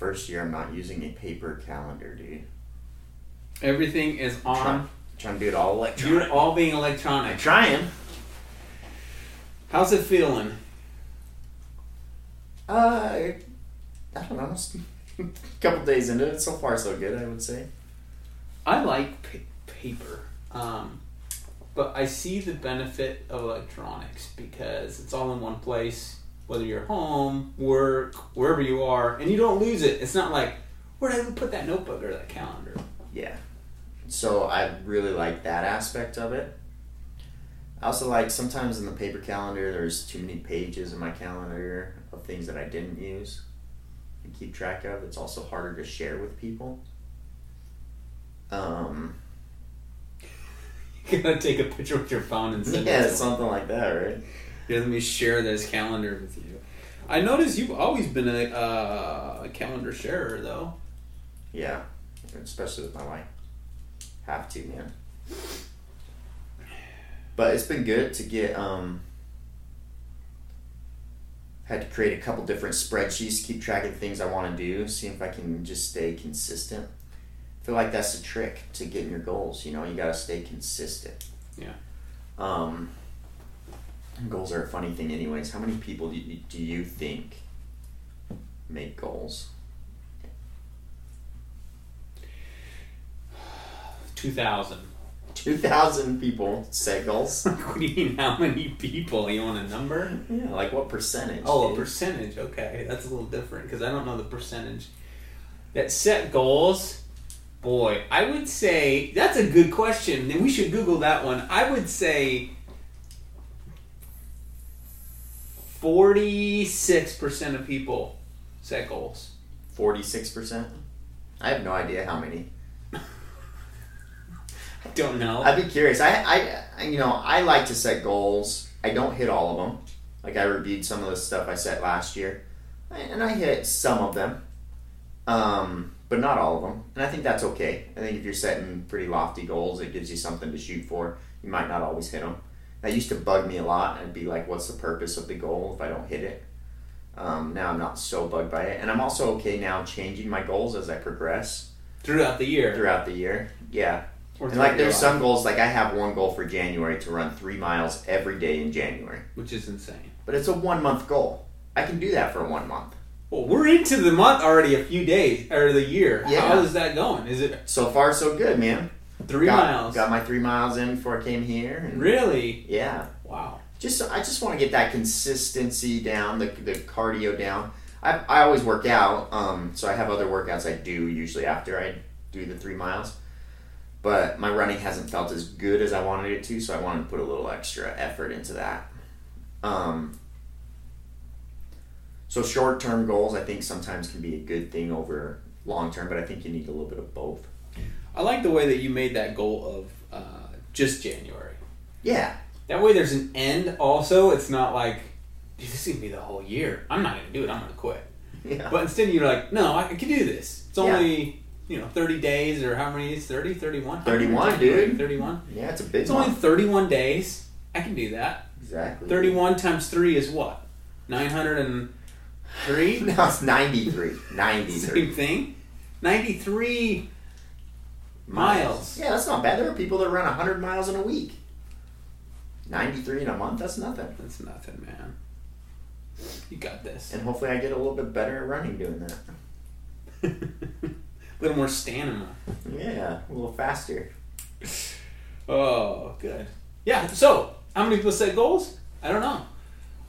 not using a paper calendar, dude. Um, Everything is on. Trying to do it all You're electronic. all being I'm electronic. trying. How's it feeling? Uh, I don't know. A couple days into it, so far so good. I would say. I like pa- paper, um, but I see the benefit of electronics because it's all in one place. Whether you're home, work, wherever you are, and you don't lose it. It's not like where did I put that notebook or that calendar? Yeah. So I really like that aspect of it. I also like sometimes in the paper calendar, there's too many pages in my calendar of things that I didn't use and keep track of. It's also harder to share with people. Um, You gotta take a picture with your phone and send yeah, it. to them. something like that, right? Here, let me share this calendar with you. I notice you've always been a uh, calendar sharer, though. Yeah, especially with my wife. Have to, man. But it's been good to get um had to create a couple different spreadsheets, keep track of things I want to do, see if I can just stay consistent. I feel like that's the trick to getting your goals, you know, you gotta stay consistent. Yeah. Um goals are a funny thing anyways. How many people do you, do you think make goals? Two thousand. 2,000 people set goals. what do you mean? How many people? You want a number? Yeah, like what percentage? Oh, a dude? percentage. Okay, that's a little different because I don't know the percentage. That set goals, boy, I would say that's a good question. And we should Google that one. I would say forty-six percent of people set goals. 46%? I have no idea how many. I don't know. I'd be curious. I, I, I- you know, I like to set goals. I don't hit all of them. Like I reviewed some of the stuff I set last year, and I hit some of them, um, but not all of them. And I think that's okay. I think if you're setting pretty lofty goals, it gives you something to shoot for. You might not always hit them. That used to bug me a lot. I'd be like, "What's the purpose of the goal if I don't hit it?" Um, now I'm not so bugged by it, and I'm also okay now changing my goals as I progress throughout the year, throughout the year. Yeah. or And like throughout your there's life, some goals like I have one goal for January to run three miles every day in January. which is insane. But it's a one month goal. I can do that for one month. Well, we're into the month already. A few days or the year. Yeah. How is that going? Is it So far so good, man. three got, miles? Got my three miles in before I came here. and- really? Yeah. Wow. Just I just want to get that consistency down, the, the cardio down. I, I always work out, um, so I have other workouts I do usually after I do the three miles. But my running hasn't felt as good as I wanted it to, so I wanted to put a little extra effort into that. Um, so short term goals, I think sometimes can be a good thing over long term, but I think you need a little bit of both. I like the way that you made that goal of uh, just January. Yeah, That way, there's an end. Also, it's not like "Dude, this is gonna be the whole year. I'm not gonna do it. I'm gonna quit. yeah, But instead, you're like, no, I can do this. It's Yeah. only you know 30 days or how many days? 30, 31, 31, dude. 31. yeah. It's a big It's one. only 31 days. I can do that. exactly 31 times three is what? 903. No, it's ninety three. Ninety three. Same thing. 93 miles. Yeah, that's not bad. There are people that run 100 miles in a week. 93 in a month, that's nothing. That's nothing, man. You got this. And hopefully I get a little bit better at running doing that. a little more stamina. Yeah, a little faster. Oh, good. Yeah. So, how many people set goals? I don't know.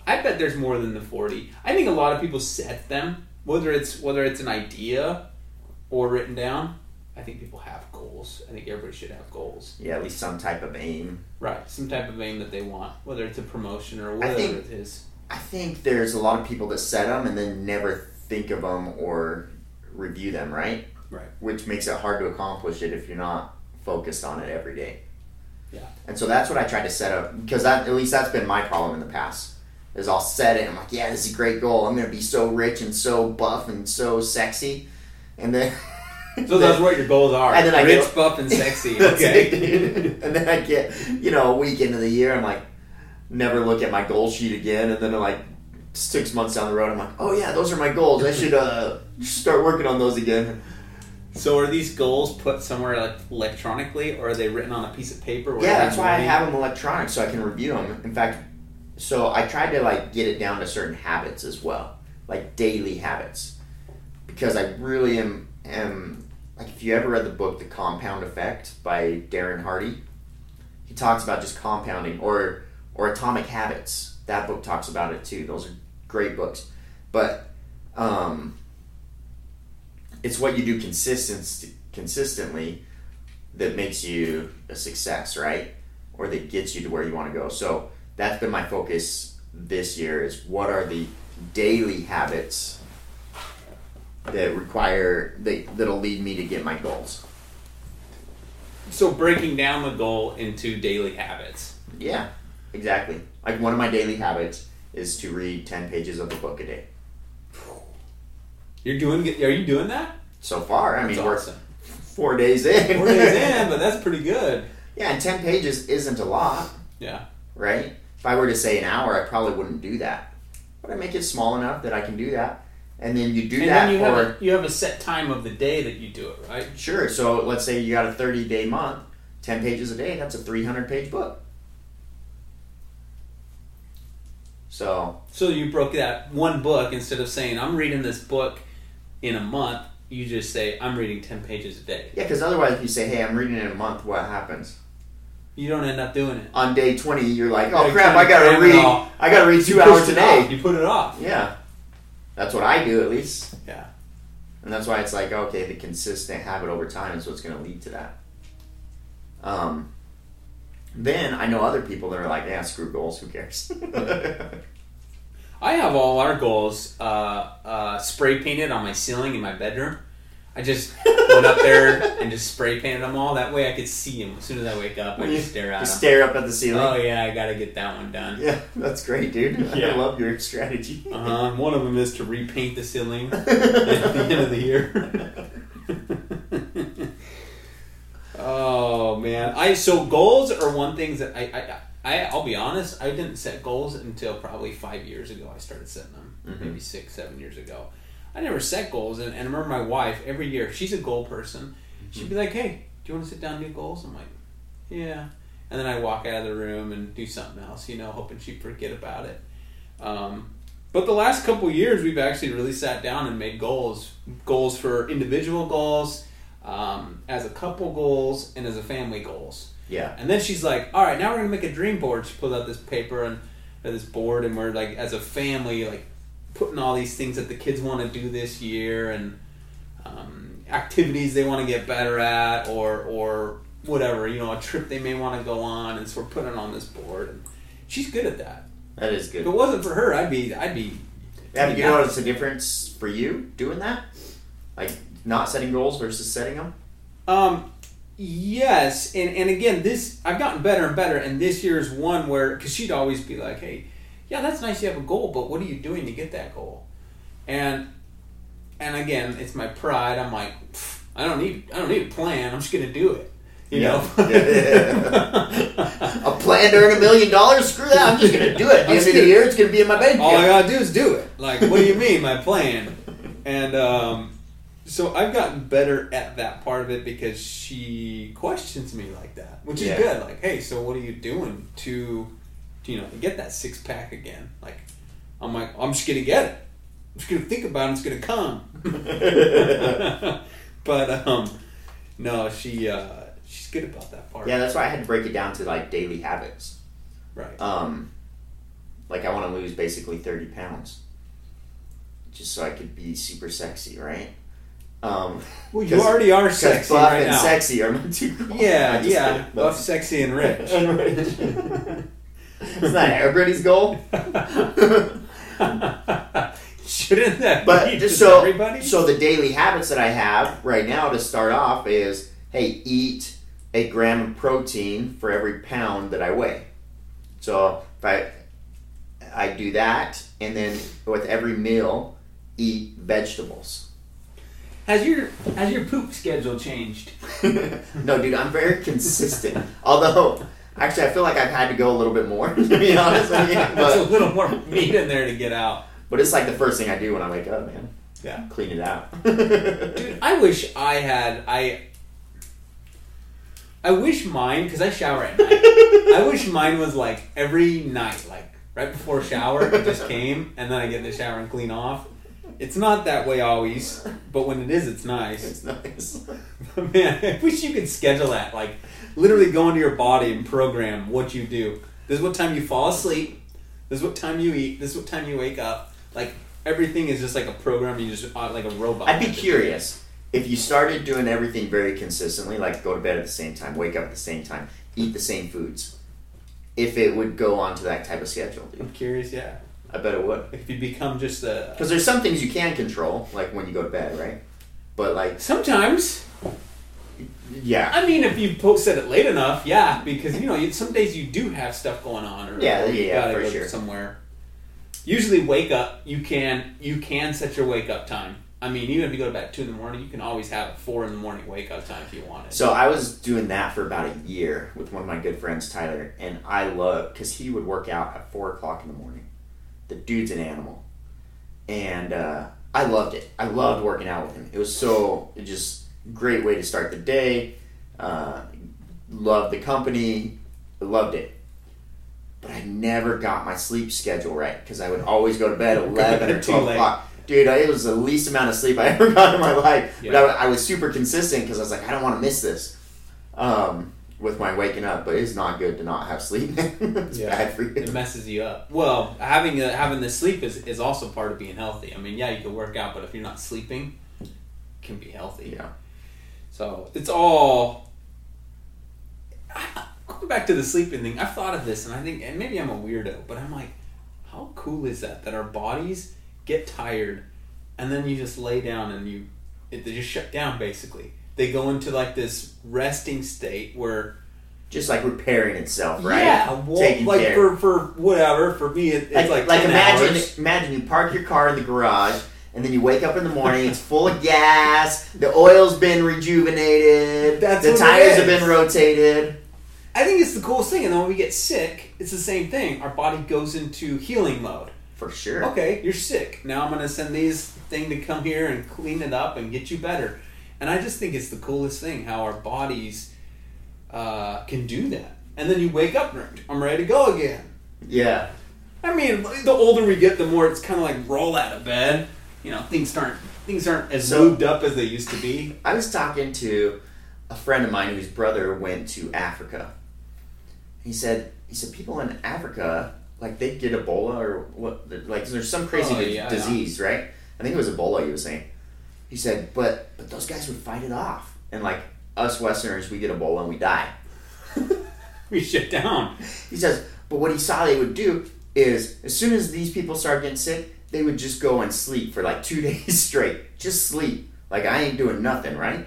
I bet there's more than the forty. I think a lot of people set them, whether it's whether it's an idea or written down. I think people have goals. I think everybody should have goals. Yeah, at least some type of aim. Right. Some type of aim that they want, whether it's a promotion or I whatever think- it is. I think there's a lot of people that set them and then never think of them or review them, right? Right. Which makes it hard to accomplish it if you're not focused on it every day. Yeah. And so that's what I tried to set up because that at least that's been my problem in the past. Is I'll set it and I'm like, yeah, this is a great goal. I'm gonna be so rich and so buff and so sexy, and then So that's what your goals are. And then I Rich, go- buff, and sexy. That's it, Okay. dude. and then I get you know a week into the year, I'm like, never look at my goal sheet again, and then I'm like, six months down the road, I'm like, oh yeah, those are my goals. I should uh, start working on those again. So are these goals put somewhere like electronically, or are they written on a piece of paper? where Yeah, that's every why I morning- have them electronic so I can review them. In fact, so I tried to like get it down to certain habits as well, like daily habits, because I really am am like if you ever read the book The Compound Effect by Darren Hardy, he talks about just compounding or or Atomic Habits. That book talks about it too. Those are great books, but um, it's what you do consistent consistently that makes you a success, right? Or that gets you to where you want to go. So that's been my focus this year is what are the daily habits that require that that'll lead me to get my goals. So breaking down the goal into daily habits. Yeah, exactly. Like one of my daily habits is to read ten pages of a book a day. You're doing. good- Are you doing that? So far, I That's mean, awesome. we're four days in. Four days in, but that's pretty good. Yeah, and ten pages isn't a lot. Yeah. right? If I were to say an hour, I probably wouldn't do that. But I make it small enough that I can do that. And then you do and that then you for have a, you have a set time of the day that you do it, right? sure. So let's say you got a 30 day month, 10 pages a day, that's a 300 page book. So, So you broke that one book instead of saying I'm reading this book in a month. You just say I'm reading ten pages a day. yeah, because otherwise, if you say, hey, I'm reading it in a month, what happens? You don't end up doing it. On day 20, you're like, oh You're crap, trying I to gotta cram it read, all. I gotta read You two pushed hours it today. off. You put it off. Yeah. That's what I do, at least. Yeah. And that's why it's like, okay, the consistent habit over time is what's going to lead to that. Um, then I know other people that are like, yeah, screw goals, who cares? I have all our goals uh, uh, spray painted on my ceiling in my bedroom. I just went up there and just spray painted them all. That way I could see them as soon as I wake up. I When you- just stare at Just them. stare up at the ceiling. Oh yeah, I gotta get that one done. Yeah, that's great, dude. I Yeah. love your strategy. Uh-huh. One of them is to repaint the ceiling at the end of the year. oh man, I so goals are one thing that I, I I I'll be honest, I didn't set goals until probably five years ago. I started setting them, Mhm. maybe six, seven years ago. I never set goals, and, and I remember my wife every year. She's a goal person. She'd be like, "Hey, do you want to sit down and do goals?" I'm like, "Yeah." And then I walk out of the room and do something else, you know, hoping she'd forget about it. Um, but the last couple years, we've actually really sat down and made goals goals for individual goals, um, as a couple goals, and as a family goals. yeah. And then she's like, "All right, now we're gonna make a dream board." She pulls out this paper and or this board, and we're like, as a family, like putting all these things that the kids want to do this year and um, activities they want to get better at, or or whatever you know, a trip they may want to go on, and so we're putting it on this board. And she's good at that. That is If good. it wasn't for her, I'd be I'd be Have you noticed the difference for you doing that? Like not setting goals versus setting them? Um, yes, and and again, this I've gotten better and better, and this year is one where because she'd always be like, "Hey, yeah, that's nice, you have a goal, but what are you doing to get that goal?" And and again, it's my pride. I'm like, "Pfft, I don't need I don't need a plan. I'm just gonna do it. You Yeah. know. A plan to earn a million dollars? Screw that. I'm just going to do it. At the end of the year, it's going to be in my bank All I account. gotta do is do it. Like, what do you mean, my plan? And um, so I've gotten better at that part of it because she questions me like that, which Yeah. is good. Like, hey, so what are you doing to, you know, to get that six pack again? Like, I'm like, I'm just gonna get it. I'm just gonna think about it. It's gonna come. but um, no, she uh, she's good about that part. Yeah, that's why I had to break it down to like daily habits. Right. um, like I want to lose basically 30 pounds just so I could be super sexy, right? Um, Well, you 'cause- already are 'cause sexy buff right and now. sexy are my two goals. I Yeah, just yeah. kidding. Buff, sexy, and rich. And rich. it's not everybody's goal. Shouldn't that But be just just so, everybody? so the daily habits that I have right now to start off is hey, eat a gram of protein for every pound that I weigh. So if I I do that and then with every meal eat vegetables. has your has your poop schedule changed? no, dude, I'm very consistent. Although actually I feel like I've had to go a little bit more to be honest with you. That's a But little more meat in there to get out. But it's like the first thing I do when I wake up, man. Yeah. Clean it out. Dude, I wish I had I. I wish mine because I shower at night. I wish mine was like every night, like right before shower, I just came and then I get in the shower and clean off. It's not that way always, but when it is, it's nice. it's nice. But man, I wish you could schedule that. Like literally go into your body and program what you do. This is what time you fall asleep. This is what time you eat. This is what time you wake up. Like everything is just like a program. You just uh, like a robot. I'd be curious if you started doing everything very consistently, like go to bed at the same time, wake up at the same time, eat the same foods. If it would go on to that type of schedule, dude. I'm curious. Yeah. I bet it would. if you become just a Because there's some things you can control, like when you go to bed, right? But like, sometimes yeah, i mean if you post said it late enough yeah because you know you, some days you do have stuff going on or Yeah, or you yeah, gotta for go sure. somewhere usually wake up you can you can set your wake up time i mean even if you go to bed at 2 in the morning you can always have a 4 in the morning wake up time if you want it So I was doing that for about a year with one of my good friends, Tyler, and I love because he would work out at four o'clock in the morning. The dude's an animal, and uh, I loved it. I loved working out with him. It was so it just great way to start the day. Uh, loved the company, loved it. But I never got my sleep schedule right because I would always go to bed at eleven or Too twelve late. o'clock. Dude, I- it was the least amount of sleep I ever got in my life. Yeah. But I, I was super consistent because I was like, I don't want to miss this um, with my waking up. But it's not good to not have sleep. it's Yeah. bad for you. it messes you up well having a, having the sleep is, is also part of being healthy i mean yeah you can work out but if you're not sleeping it can be healthy Yeah. So it's all going back to the sleeping thing. I've thought of this, and I think, and maybe I'm a weirdo, but I'm like, how cool is that? That our bodies get tired, and then you just lay down and you, it, they just shut down. Basically, they go into like this resting state where Just like repairing itself, right? yeah, well, Taking like care. for for whatever. For me, it, it's like, like like, 10 imagine hours. imagine you park your car in the garage and then you wake up in the morning it's full of gas the oil's been rejuvenated That's the what it tires have been is. rotated I think it's the coolest thing, and then when we get sick, it's the same thing. Our body goes into healing mode. for sure okay, you're sick. Now I'm gonna send these thing to come here and clean it up and get you better. And I just think it's the coolest thing how our bodies uh, can do that. And then you wake up and I'm ready to go again. yeah I mean, the older we get, the more it's kind of like roll out of bed. You know, things aren't things aren't as So- lubed up as they used to be. i was talking to a friend of mine whose brother went to africa he said he said people in africa like they get ebola or what like there's some crazy Oh, di- yeah, I know. disease right i think it was ebola he was saying he said but but those guys would fight it off and like us westerners we get ebola and we die We shut down. He says, but what he saw they would do is, as soon as these people started getting sick, they would just go and sleep for like two days straight. Just sleep. Like, I ain't doing nothing, right?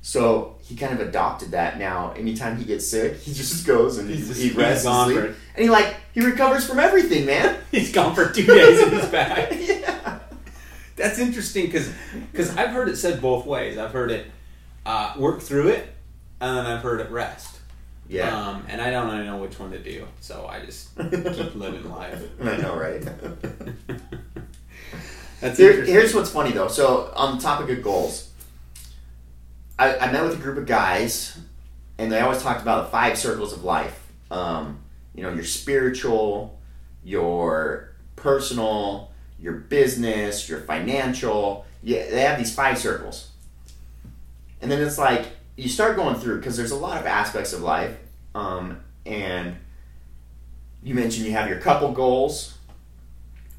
So he kind of adopted that now. Anytime he gets sick, he just goes and he, He's just- he he's rests gone and for sleep. it. And he like he recovers from everything, man. He's gone for two days and he's back. yeah. Uh. That's interesting because I've heard it said both ways. I've heard it uh, work through it, and then I've heard it rest. Yeah. Um, and I don't really know which one to do, so I just keep living life. I know, right? That's Here- interesting. here's what's funny though. So on the topic of goals, I, I met with a group of guys, and they always talked about the five circles of life. Um, you know, your spiritual, your personal, your business, your financial. Yeah, they have these five circles, and then it's like you start going through because there's a lot of aspects of life, um, and you mentioned you have your couple goals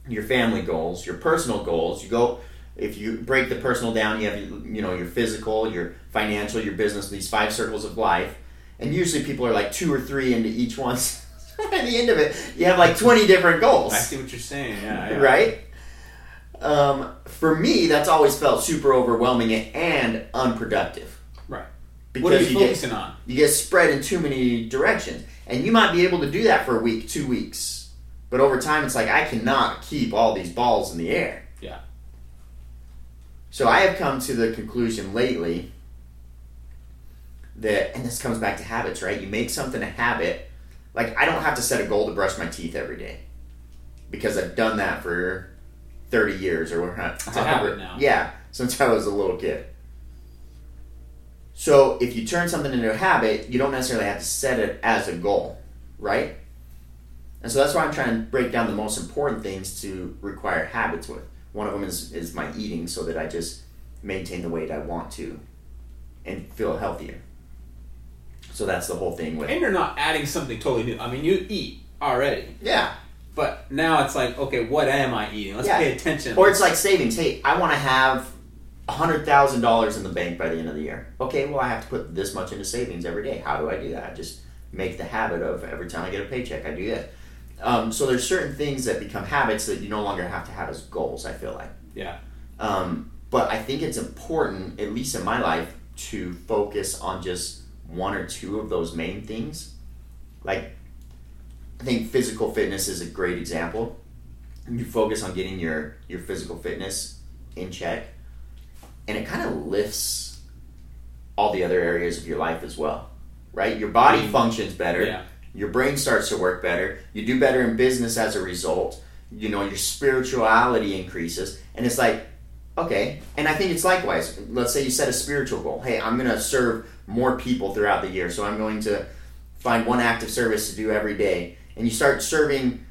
your family goals, your personal goals. You go if you break the personal down, you have you know your physical, your financial, your business, these five circles of life. And usually people are like two or three into each one. At the end of it, you have like 20 different goals, I see what you're saying. Yeah, yeah. right? Um, for me, that's always felt super overwhelming and unproductive. Right. Because What are you, you get focusing on? you get spread in too many directions. And you might be able to do that for a week, two weeks. But over time, it's like, I cannot keep all these balls in the air. Yeah. So I have come to the conclusion lately that, and this comes back to habits, right? You make something a habit. Like, I don't have to set a goal to brush my teeth every day because I've done that for thirty years or whatnot. It's a habit now. Yeah, since I was a little kid. So if you turn something into a habit, you don't necessarily have to set it as a goal, right? And so that's why I'm trying to break down the most important things to require habits with. One of them is, is my eating so that I just maintain the weight I want to and feel healthier. So that's the whole thing with And you're not adding something totally new. I mean, you eat already, Yeah. but now it's like, okay, what am I eating? Let's Yeah. pay attention. Or it's like savings. Hey, I want to have hundred thousand dollars in the bank by the end of the year. Okay, well I have to put this much into savings every day. How do I do that? I just make the habit of every time I get a paycheck, I do that. Um, so there's certain things that become habits that you no longer have to have as goals. I feel like. yeah, Um, but I think it's important, at least in my life, to focus on just one or two of those main things. Like, I think physical fitness is a great example. You focus on getting your, your physical fitness in check, and it kind of lifts all the other areas of your life as well, right? Your body Mm. functions better yeah, your brain starts to work better you do better in business as a result you know your spirituality increases and it's like okay and i think it's likewise let's say you set a spiritual goal hey i'm going to serve more people throughout the year so i'm going to find one act of service to do every day and you start serving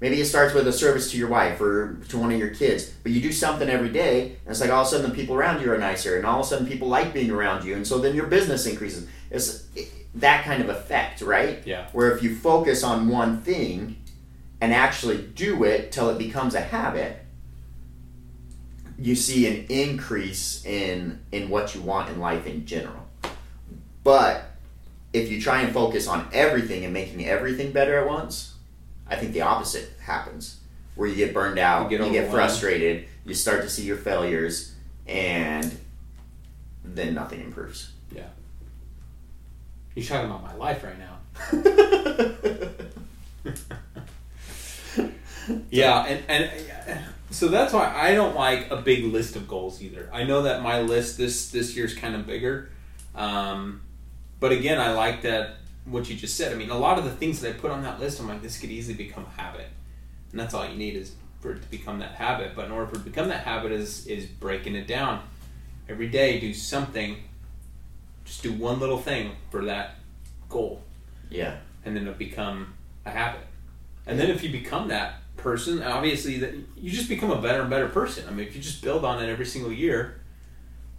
maybe it starts with a service to your wife or to one of your kids but you do something every day and it's like all of a sudden the people around you are nicer and all of a sudden people like being around you and so then your business increases it's that kind of effect right yeah, where if you focus on one thing and actually do it till it becomes a habit, you see an increase in in what you want in life in general. But if you try and focus on everything and making everything better at once, I think the opposite happens. Where you get burned out, You you get get, overwhelmed. frustrated, you start to see your failures, and then nothing improves. yeah. You're talking about my life right now. Yeah, and and so that's why I don't like a big list of goals either. I know that my list this this year's kind of bigger, um, but again, I like that what you just said. I mean, a lot of the things that I put on that list, I'm like, this could easily become a habit, and that's all you need is for it to become that habit. But in order for it to become that habit, is is breaking it down every day. Do something, just do one little thing for that goal yeah. and then it become a habit. And then if you become that person, and obviously that you just become a better and better person. I mean, if you just build on it every single year,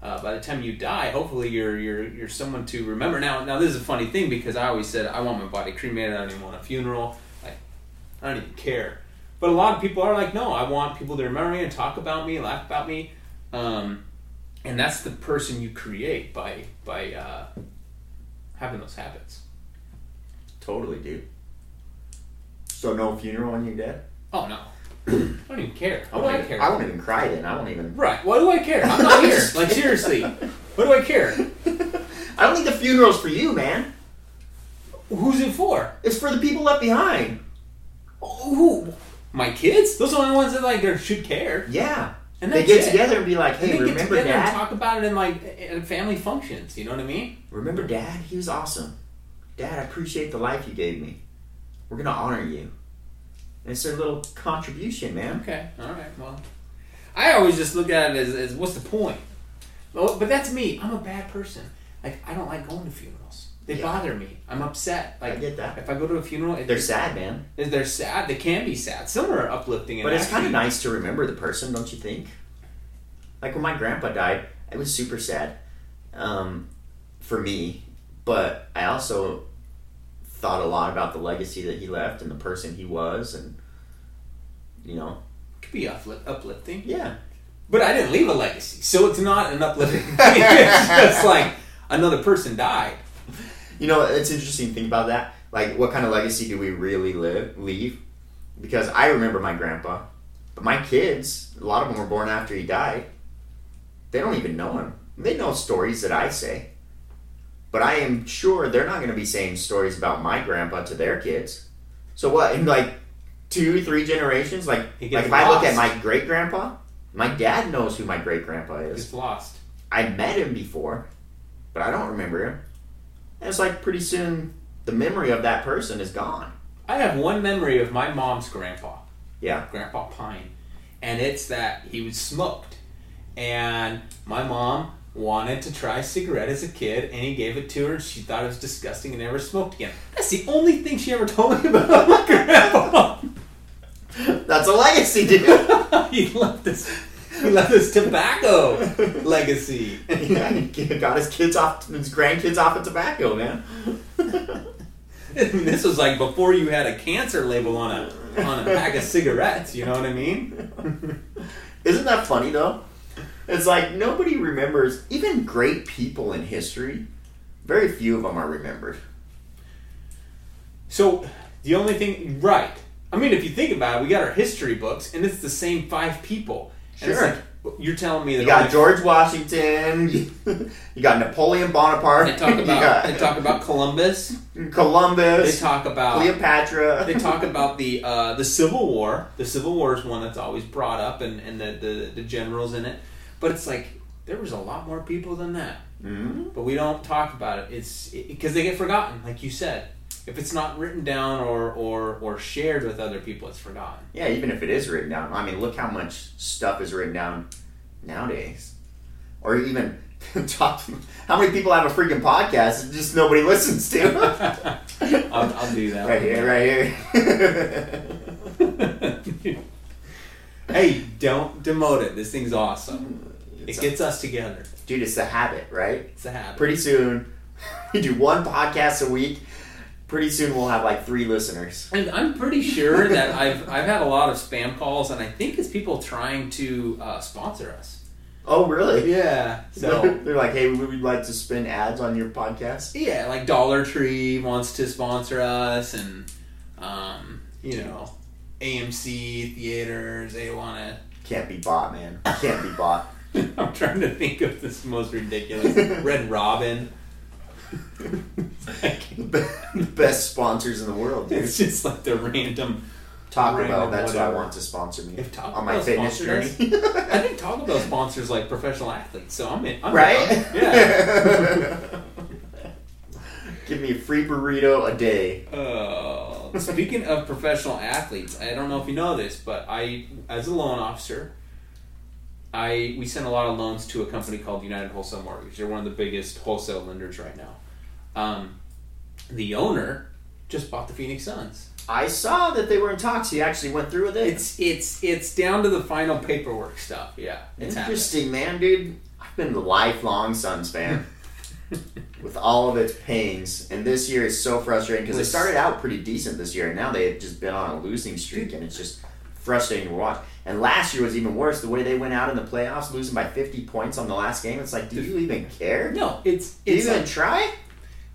uh, by the time you die, hopefully you're you're you're someone to remember. Now, now this is a funny thing because I always said I want my body cremated. I don't even want a funeral. Like, I don't even care. But a lot of people are like, no, I want people to remember me and talk about me, laugh about me, um, and that's the person you create by by uh, having those habits. Totally, dude. So no funeral when you're dead? Oh no. I don't even care. What do I care? I won't even cry then. I won't even. Right. Why do I care? I'm not here. Like seriously. What do I care? I don't think the funeral's for you, man. Who's it for? It's for the people left behind. Who? My kids? Those are the only ones that like they should care. Yeah. And they that's get it. together and be like, And hey, they get remember together and dad? talk about it in like in family functions. You know what I mean? remember dad? He was awesome. Dad, I appreciate the life you gave me. We're going to honor you. And it's their little contribution, man. Okay. All right. Well, I always just look at it as, as what's the point? Well, but that's me. I'm a bad person. Like I don't like going to funerals. They Yeah. bother me. I'm upset. I Like get that. if I go to a funeral, it, They're sad, man. Is they're sad. They can be sad. Some are uplifting, and But it's kind happy. of nice to remember the person, don't you think? Like when my grandpa died, it was super sad um, for me, but I also thought a lot about the legacy that he left and the person he was, and you know, could be upli- uplifting. yeah, But I didn't leave a legacy, so it's not an uplifting. thing. it's just like another person died. you know, it's interesting to think about that. Like, what kind of legacy do we really live leave? Because I remember my grandpa, but my kids, a lot of them were born after he died. They don't even know him. They know stories that I say, but I am sure they're not going to be saying stories about my grandpa to their kids. So what? In like two, three generations, like He like gets if I look at lost. my great grandpa, my dad knows who my great grandpa is. It's lost. I met him before, but I don't remember him. And it's like pretty soon the memory of that person is gone. I have one memory of my mom's grandpa. Yeah. Grandpa Pine. and it's that he was smoked. And my mom wanted to try a cigarette as a kid, and he gave it to her. She thought it was disgusting and never smoked again. That's the only thing she ever told me about my grandpa. That's a legacy, dude. he left this. He left this tobacco legacy. yeah, he got his kids off, his grandkids off of tobacco, man. And this was like before you had a cancer label on a on a pack of cigarettes. You know what I mean? Isn't that funny though? It's like nobody remembers even great people in history. Very few of them are remembered. So the only thing, right? I mean, if you think about it, we got our history books, and it's the same five people. And it's Sure. like, you're telling me that You got only- George Washington. You got Napoleon Bonaparte. They talk you about got they talk about Columbus. They Columbus. talk about Cleopatra. they talk about the uh, the Civil War. The Civil War is one that's always brought up, and and the, the the generals in it. But it's like there was a lot more people than that. Mhm. But we don't talk about it. It's because they get forgotten, like you said. If it's not written down or or or shared with other people, it's forgotten. Yeah, even if it is written down. I mean, look how much stuff is written down nowadays. Or even top. How many people have a freaking podcast that just nobody listens to? I'll, I'll do that right here, right here. hey, don't demote it. This thing's awesome. It's it gets us together. Dude, it's a habit, right? It's a habit. Pretty soon, we do one podcast a week. Pretty soon, we'll have like three listeners. And I'm pretty sure that I've I've had a lot of spam calls, and I think it's people trying to uh, sponsor us. Oh, really? Yeah. So they're like, hey, we would like to spin ads on your podcast. yeah, like Dollar Tree wants to sponsor us, and um, you know, AMC theaters they want Can't be bought, man. Can't be bought. to. I'm trying to think of this most ridiculous Red Robin. The be- the best sponsors in the world, dude. It's just like the random. Taco Ring Bell, or that's who I whatever. want to sponsor me If Taco on my Bell fitness sponsored journey. I think Taco Bell sponsors like professional athletes, so I'm in. I'm right? down. Yeah. Give me a free burrito a day. Uh, speaking of professional athletes, I don't know if you know this, but I, as a loan officer, I we send a lot of loans to a company called United Wholesale Mortgage. They're one of the biggest wholesale lenders right now. Um, the owner just bought the Phoenix Suns. I saw that they were in talks. He actually went through with it. It's it's it's down to the final paperwork stuff. Yeah, it's happening. Interesting, man, dude. I've been a lifelong Suns fan with all of its pains, and this year is so frustrating because they Was- started out pretty decent this year, and now they have just been on a losing streak, and it's just frustrating to watch. And last year was even worse. The way they went out in the playoffs, losing by 50 points on the last game, it's like, do you even care? No, it's Do you it's even like- try?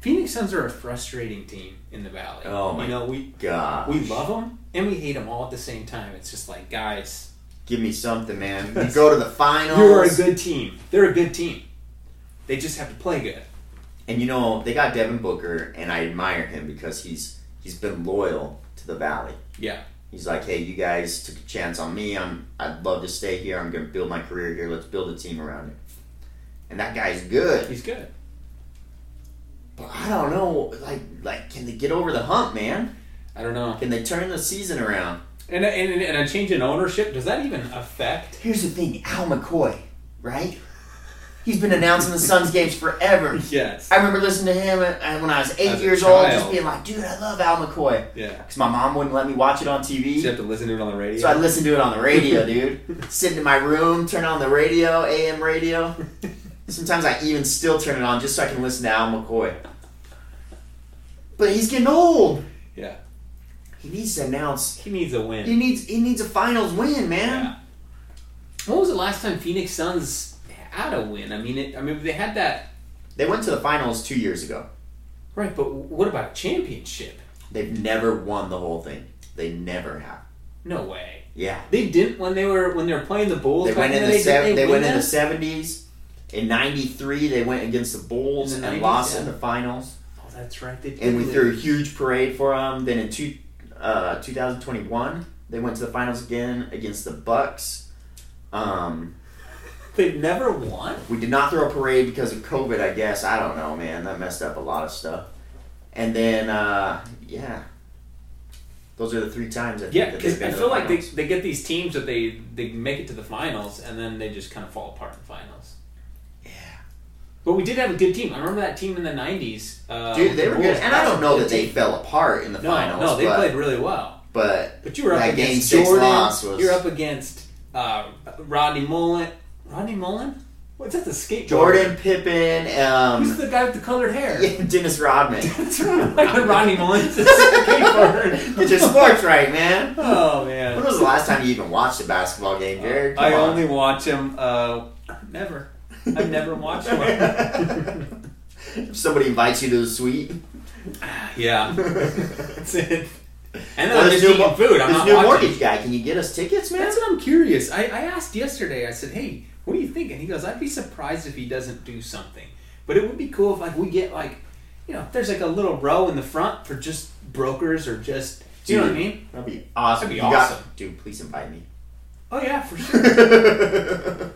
Phoenix Suns are a frustrating team in the valley. Oh my you know we God, we love them and we hate them all at the same time. It's just like guys. give me something, man. You go to the finals. You are a good team. They're a good team. They just have to play good. And you know, they got Devin Booker, and I admire him because he's he's been loyal to the Valley. Yeah. He's like, hey, you guys took a chance on me. I'm I'd love to stay here. I'm gonna build my career here. Let's build a team around it. And that guy's good. He's good. But I don't know, like like can they get over the hump, man? I don't know. Can they turn the season around? And a, and, a- and a change in ownership, does that even affect? Here's the thing, Al McCoy, right? He's been announcing the Suns games forever. Yes. I remember listening to him uh, when I was eight As a years old, just child. being like, dude, I love Al McCoy. Yeah. Because my mom wouldn't let me watch it on TV. You have to listen to it on the radio. So I listened to it on the radio, dude. Sitting in my room, turn on the radio, AM radio. Sometimes I even still turn it on just so I can listen to Al McCoy. But he's getting old. yeah. He needs to announce. He needs a He win. needs. He needs a finals win, man. Yeah. When was the last time Phoenix Suns had a win? I mean, it, I mean they had that They went to the finals two years ago. right, but what about a championship? They've never won the whole thing. They never have. No way. Yeah. They didn't when they were when they were playing the Bulls. They back went in then, the didn't sev- they, win went in that? the seventies. In '93, they went against the Bulls In the and 90s, lost yeah. in the finals. Oh, that's right. They and we did. threw a huge parade for them. Then in two, uh, 2021, they went to the finals again against the Bucks. Um, They've never won. we did not throw a parade because of COVID, I guess. I don't know, man. That messed up a lot of stuff. And then, uh, yeah, Those are the three times I think Yeah, that they've because been I to feel the like they, finals. they get these teams that they they make it to the finals and then they just kind of fall apart in the finals. Yeah. But we did have a good team. I remember that team in the '90s. Uh, Dude, with they the were Bulls. good, and I don't know that That's a they good fell apart in the team. No, finals. no, they but, played really well. but But you were up That game against six Jordan. loss was- You're up against uh, Rodney Mullen. Rodney Mullen? What's that? The skateboard? Jordan Pippen, Who's um, the guy with the colored hair? yeah, Dennis Rodman. That's right. Like when Rodney Mullen's a skateboarder. Get your sports right, man. Oh When man. was the last time you even watched a basketball game, Jared? Come Uh, I on. only watch him. Uh, never. I've never watched one. If somebody invites you to the suite, yeah. That's it. And then Well, I'm this just new eating mo- food. I'm this not new watching. mortgage guy, can you get us tickets, man? That's what I'm curious. I, I asked yesterday, I said, hey, what do you think? And he goes, I'd be surprised if he doesn't do something. But it would be cool if like we get like you know, if there's like a little row in the front for just brokers or just do you know what I Dude. mean? That'd be awesome. That'd be You got- awesome. dude. Please invite me. Oh yeah, for sure. one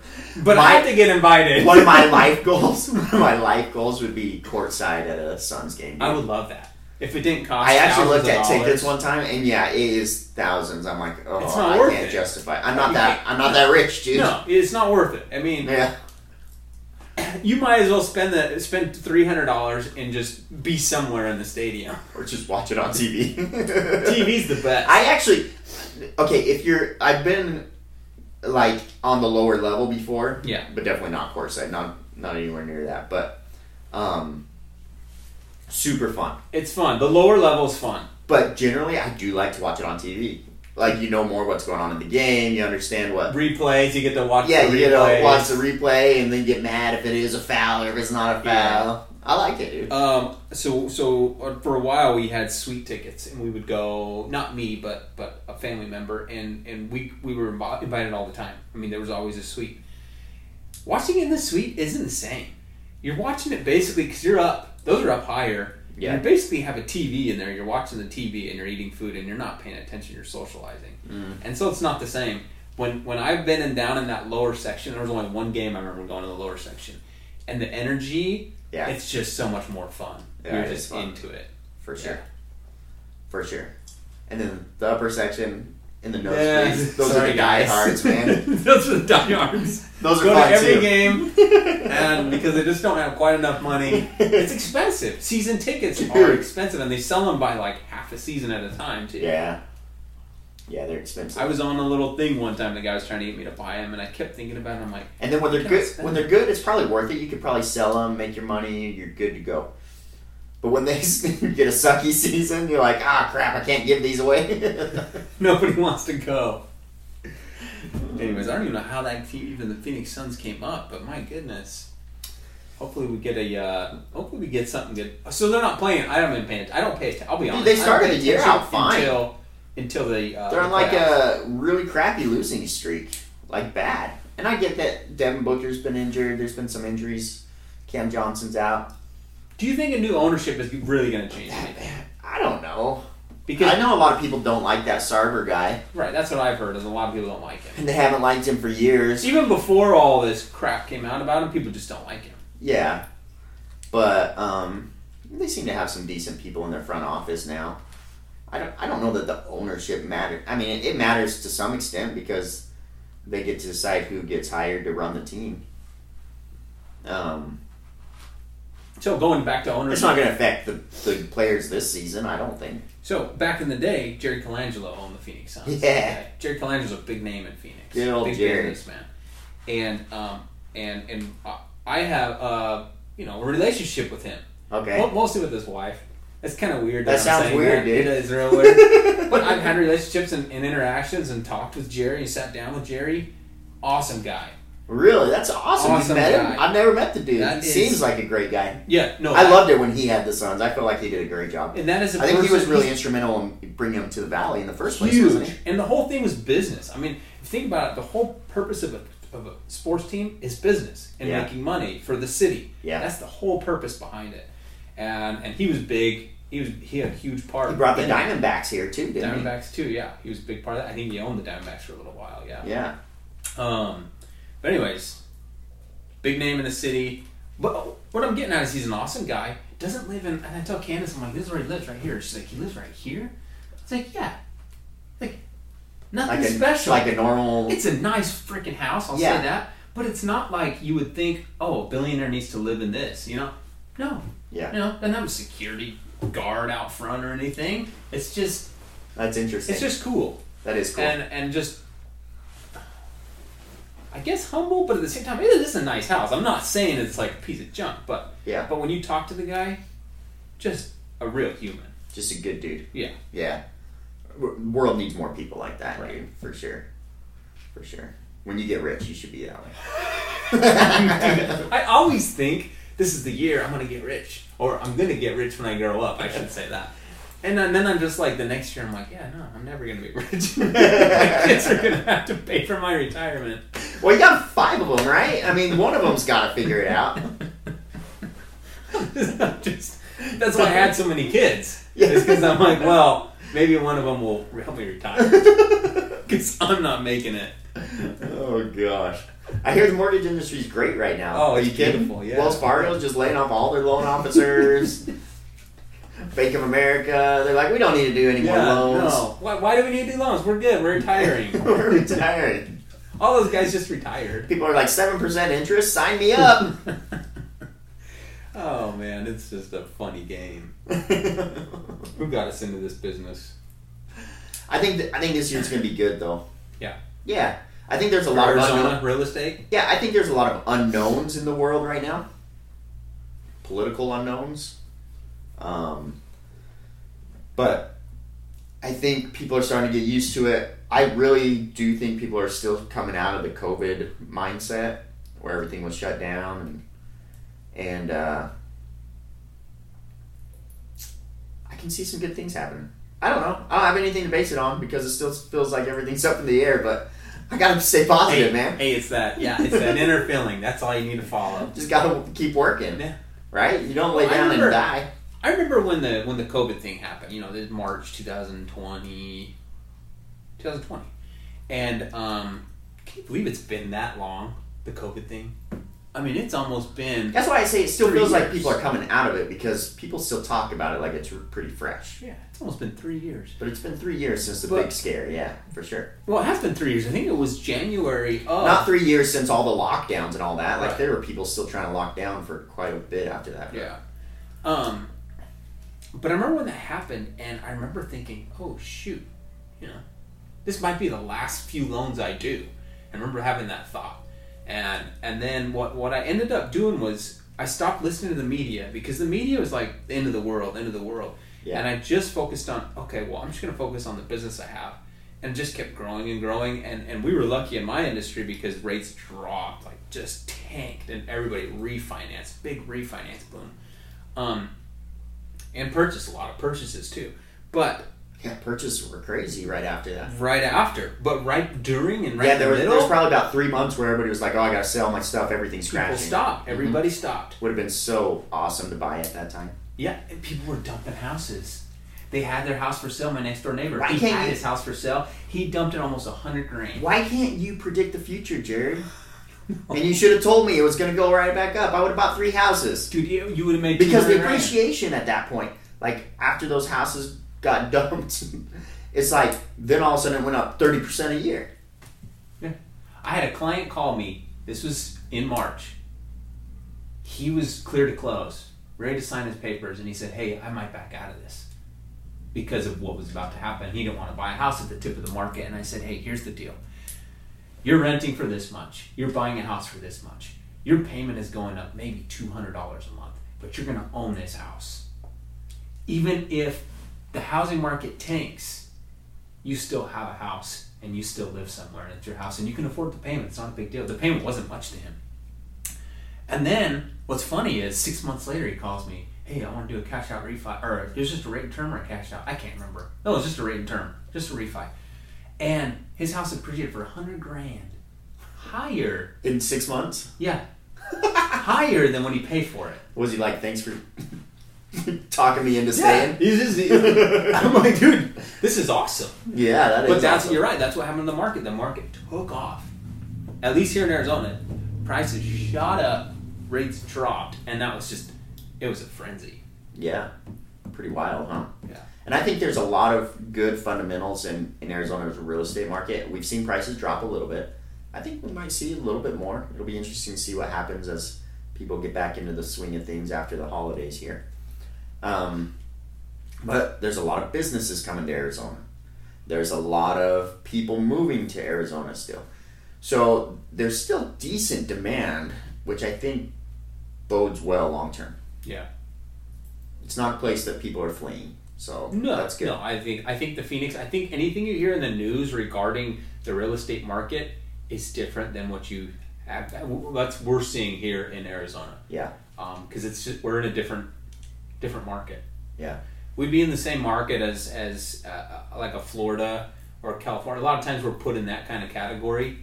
But My- I have to get invited. of my life goals, one of my life goals would be courtside at a Suns game. dude. I would love that. If it didn't cost I actually looked at thousands of tickets dollars. one time, and yeah, it is thousands. I'm like, oh, It's not I worth can't it. justify. I'm not You that. can't- I'm not that rich, dude. No, it's not worth it. I mean, Yeah, you might as well spend the spend three hundred dollars and just be somewhere in the stadium. or just watch it on TV. TV's the best. I actually, okay, if you're, I've been like on the lower level before. Yeah. But definitely not courtside. Not not anywhere near that. But, um, super fun. it's fun. The lower level's fun. But generally, I do like to watch it on TV. Like you know more what's going on in the game. You understand what. Replays, you get to watch. Yeah, the you get to replays. watch the replay and then get mad if it is a foul or if it's not a foul. I like it, dude. Um, so so uh, for a while we had sweet tickets and we would go not me but but a family member and and we we were invi- invited all the time. I mean there was always a suite. Watching in the suite isn't the same. You're watching it basically because you're up. Those are up higher. Yeah. You basically have a TV in there. You're watching the TV and you're eating food and you're not paying attention. You're socializing, Mm. and so it's not the same. When when I've been in down in that lower section, there was only one game I remember going to the lower section, and the energy Yeah, it's just so much more fun. Yeah, You're it is just fun. into it. for sure, yeah. for sure. And then the upper section in the nose, Yes. those are Sorry, the guys. diehards, man. Those are the diehards. Those are Go to fun every too. game, and because they just don't have quite enough money, it's expensive. Season tickets are Dude. expensive, and they sell them by like half a season at a time too. yeah, yeah, they're expensive. I was on a little thing one time. The guy was trying to get me to buy them, and I kept thinking about it. I'm like, and then when they're Can I good, spend when they're good, it's probably worth it. You could probably sell them, make your money, you're good to go. But when they get a sucky season, you're like, ah, crap, I can't give these away. nobody wants to go. Anyways, I don't even know how that team, even the Phoenix Suns came up, but my goodness. Hopefully we get a. Uh, hopefully we get something good. So they're not playing. I haven't been paying. I don't pay. atten- I'll be Dude, honest. they I don't started pay the year attention out fine. until until the. Uh, They're on the like playoffs. a really crappy losing streak, like bad. And I get that Devin Booker's been injured. There's been some injuries. Cam Johnson's out. Do you think a new ownership is really going to change anything? I don't know. I Because know a lot of people don't like that Sarver guy, right, that's what I've heard, is a lot of people don't like him. and they haven't liked him for years. Even before all this crap came out about him, people just don't like him. Yeah, but um, they seem to have some decent people in their front office now. I don't. I don't know that the ownership matters. I mean, it, it matters to some extent because they get to decide who gets hired to run the team. Um, So going back to ownership, It's not going to affect the, the players this season, I don't think. So back in the day, Jerry Colangelo owned the Phoenix Suns. Yeah. Okay? Jerry Colangelo's a big name in Phoenix. Good old big Jerry. businessman. And um and and I- I have uh you know a relationship with him. Okay. Mo- mostly with his wife. That's kind of weird. That I'm sounds saying weird, that. dude. It is real weird. but I've had relationships and, and interactions and talked with Jerry and sat down with Jerry. Awesome guy. really? That's awesome. Awesome you met him? guy. I've never met the dude. That is- Seems like a great guy. Yeah. No. I loved it when he had the Suns. I feel like he did a great job. And that is. a I think he person- was really instrumental in bringing him to the Valley in the first place, wasn't huge. he? And the whole thing was business. I mean, if you think about it, the whole purpose of a, of a sports team is business and Yeah. making money for the city. Yeah. That's the whole purpose behind it. And and he was big. He was he had a huge part. He brought the in it. Diamondbacks here, too, didn't Diamondbacks too, yeah. He was a big part of that. I think he owned the Diamondbacks for a little while, yeah. he? Yeah. Um but anyways, big name in the city. But what I'm getting at is he's an awesome guy. Doesn't live in and I tell Candace, I'm like, this is where he lives right here. She's like, he lives right here? It's like, yeah. Like nothing like a special. like a normal. it's a nice freaking house. I'll Yeah. say that. But it's not like you would think. Oh, a billionaire needs to live in this. You know? No. Yeah. You know, and have a security guard out front or anything. It's just, That's interesting. it's just cool. that is cool. and and just I guess humble, but at the same time, it is a nice house. I'm not saying it's like a piece of junk, but yeah, but when you talk to the guy, just a real human. just a good dude. Yeah. Yeah. W- World needs more people like that, Right. dude, for sure. For sure. When you get rich, you should be that way. I always think this is the year I'm gonna get rich, or I'm gonna get rich when I grow up. I should say that. And then, then I'm just like the next year I'm like, yeah, no, I'm never gonna be rich. My kids are gonna have to pay for my retirement. well, you got five of them, right? I mean, one of them's got to figure it out. I'm just, that's why I had so many kids. Yeah. It's because I'm like, well, maybe one of them will help me retire. Because I'm not making it. oh gosh. I hear the mortgage industry's great right now. Oh, Are you it's kidding? beautiful, yeah. Wells Fargo's just laying off all their loan officers. Bank of America. They're like, we don't need to do any more loans. no. Why, why do we need to do loans? We're good. We're retiring. We're retiring. All those guys just retired. People are like seven percent interest. Sign me up. oh man, it's just a funny game. I Who got us into this business? think th- I think this year's gonna be good though. Yeah. Yeah. I think there's a lot of Arizona unknown- real estate. yeah. I think there's a lot of unknowns in the world right now. Political unknowns. Um, but I think people are starting to get used to it. I really do think people are still coming out of the COVID mindset where everything was shut down and and uh, I can see some good things happening. I don't know. I don't have anything to base it on because it still feels like everything's up in the air. But I gotta stay positive, hey, man. Hey, it's that. Yeah, it's that inner feeling. That's all you need to follow. Just gotta keep working, Yeah. right? You don't lay Well, I down remember- and die. I remember when the when the COVID thing happened. You know, this March 2020, 2020, and um, can you believe it's been that long? The COVID thing. I mean, it's almost been That's why I say it still Three feels like years. people are coming out of it because people still talk about it like it's pretty fresh. yeah, it's almost been three years. But it's been three years since the But- big scare, yeah, for sure. Well, it has been three years. I think it was January of Not three years since all the lockdowns and all that. Like Oh. Right. there were people still trying to lock down for quite a bit after that. yeah. Um, but I remember when that happened, and I remember thinking, "Oh shoot, you know, this might be the last few loans I do." I remember having that thought, and and then what what I ended up doing was I stopped listening to the media because the media was like the end of the world, end of the world, Yeah. and I just focused on okay, well, I'm just gonna focus on the business I have, and just kept growing and growing, and and we were lucky in my industry because rates dropped like just tanked, and everybody refinanced, big refinance boom, um, and purchased a lot of purchases too, but Yeah, purchases were crazy right after that. right after, but right during and right yeah, in the there was, there middle, was probably about three months where everybody was like, "Oh, I gotta sell my stuff. Everything's people crashing." Mm-hmm. stopped. Everybody stopped. Would have been so awesome to buy at that time. Yeah, and people were dumping houses. They had their house for sale. My next door neighbor, Why he can't had you- his house for sale. He dumped it almost a hundred grand. Why can't you predict the future, Jared? And you should have told me it was gonna go right back up. I would have bought three houses. Dude, you, you would have made because the 200 grand. appreciation at that point, like after those houses got dumped, it's like then all of a sudden it went up thirty percent a year. I had a client call me. This was in March. He was clear to close, ready to sign his papers, and he said, "Hey, I might back out of this because of what was about to happen." He didn't want to buy a house at the tip of the market, and I said, "Hey, here's the deal. You're renting for this much. You're buying a house for this much. Your payment is going up maybe two hundred dollars a month, but you're going to own this house. Even if the housing market tanks." you still have a house and you still live somewhere and it's your house and you can afford the payment. It's not a big deal. The payment wasn't much to him. And then what's funny is six months later he calls me, Hey, I want to do a cash out refi or it was just a rate and term or a cash out. I can't remember. No, it was just a rate and term, just a refi. And his house appreciated for a hundred grand. Higher. In six months, Yeah. Higher than when he paid for it. was he like, "Thanks for talking me into Yeah. staying"? He's just- I'm like, dude, this is awesome. Yeah, that is. But that's awesome. you're right. That's what happened to the market. The market took off. At least here in Arizona, prices shot up, rates dropped, and that was just it was a frenzy. Yeah, pretty wild, huh? Yeah. And I think there's a lot of good fundamentals in, in Arizona's real estate market. We've seen prices drop a little bit. I think we might see a little bit more. It'll be interesting to see what happens as people get back into the swing of things after the holidays here. Um, but there's a lot of businesses coming to Arizona. There's a lot of people moving to Arizona still. So there's still decent demand, which I think bodes well long term. Yeah. It's not a place that people are fleeing. So No, that's good. no. I think I think the Phoenix. I think anything you hear in the news regarding the real estate market is different than what you have. That's we're seeing here in Arizona. Yeah. because it's just, we're in a different different market. Yeah. we'd be in the same market as as uh, like a Florida or California. A lot of times we're put in that kind of category.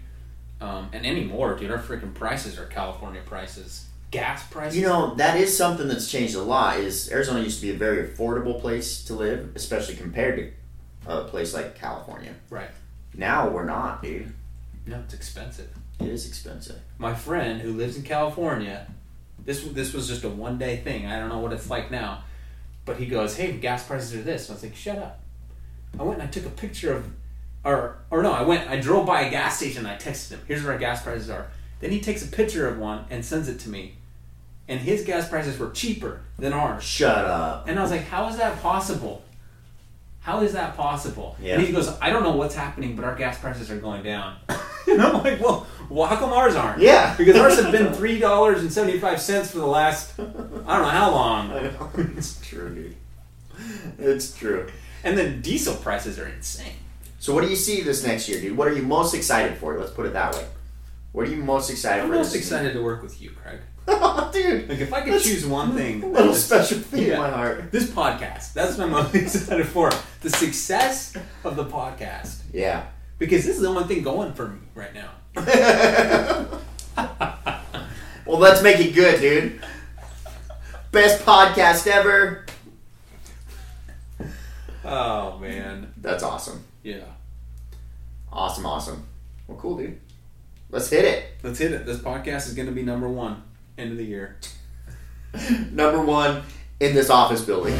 Um, and anymore, dude, our freaking prices are California prices, gas prices. You know, that is something that's changed a lot is Arizona used to be a very affordable place to live, especially compared to a place like California. right? Now we're not, dude. No, it's expensive. It is expensive. my friend who lives in California, this this was just a one day thing. I don't know what it's like now, but he goes, "Hey, gas prices are this." And I was like, "Shut up." I went and I took a picture of, or or no, I went, I drove by a gas station. and I texted him, "Here's what our gas prices are." Then he takes a picture of one and sends it to me, and his gas prices were cheaper than ours. Shut up. And I was like, how is that possible? How is that possible? Yeah. And he goes, I don't know what's happening, but our gas prices are going down. and I'm like, well, well, how come ours aren't? Yeah. Because ours have been three dollars and seventy five cents for the last I don't know how long. it's true, dude. It's true. And then diesel prices are insane. So what do you see this next year, dude? What are you most excited for? Let's put it that way. What are you most excited I'm for? most this season? excited to work with you, Craig. dude. Like if I could That's choose one a thing, little this- special thing Yeah. in my heart. this podcast. That's what I'm most excited for. The success of the podcast. Yeah. Because this is the only thing going for me right now. Well, let's make it good, dude. Best podcast ever. Oh man. That's awesome. Yeah. Awesome, awesome. Well, cool, dude. Let's hit it. Let's hit it. This podcast is going to be number one end of the year. Number one in this office building.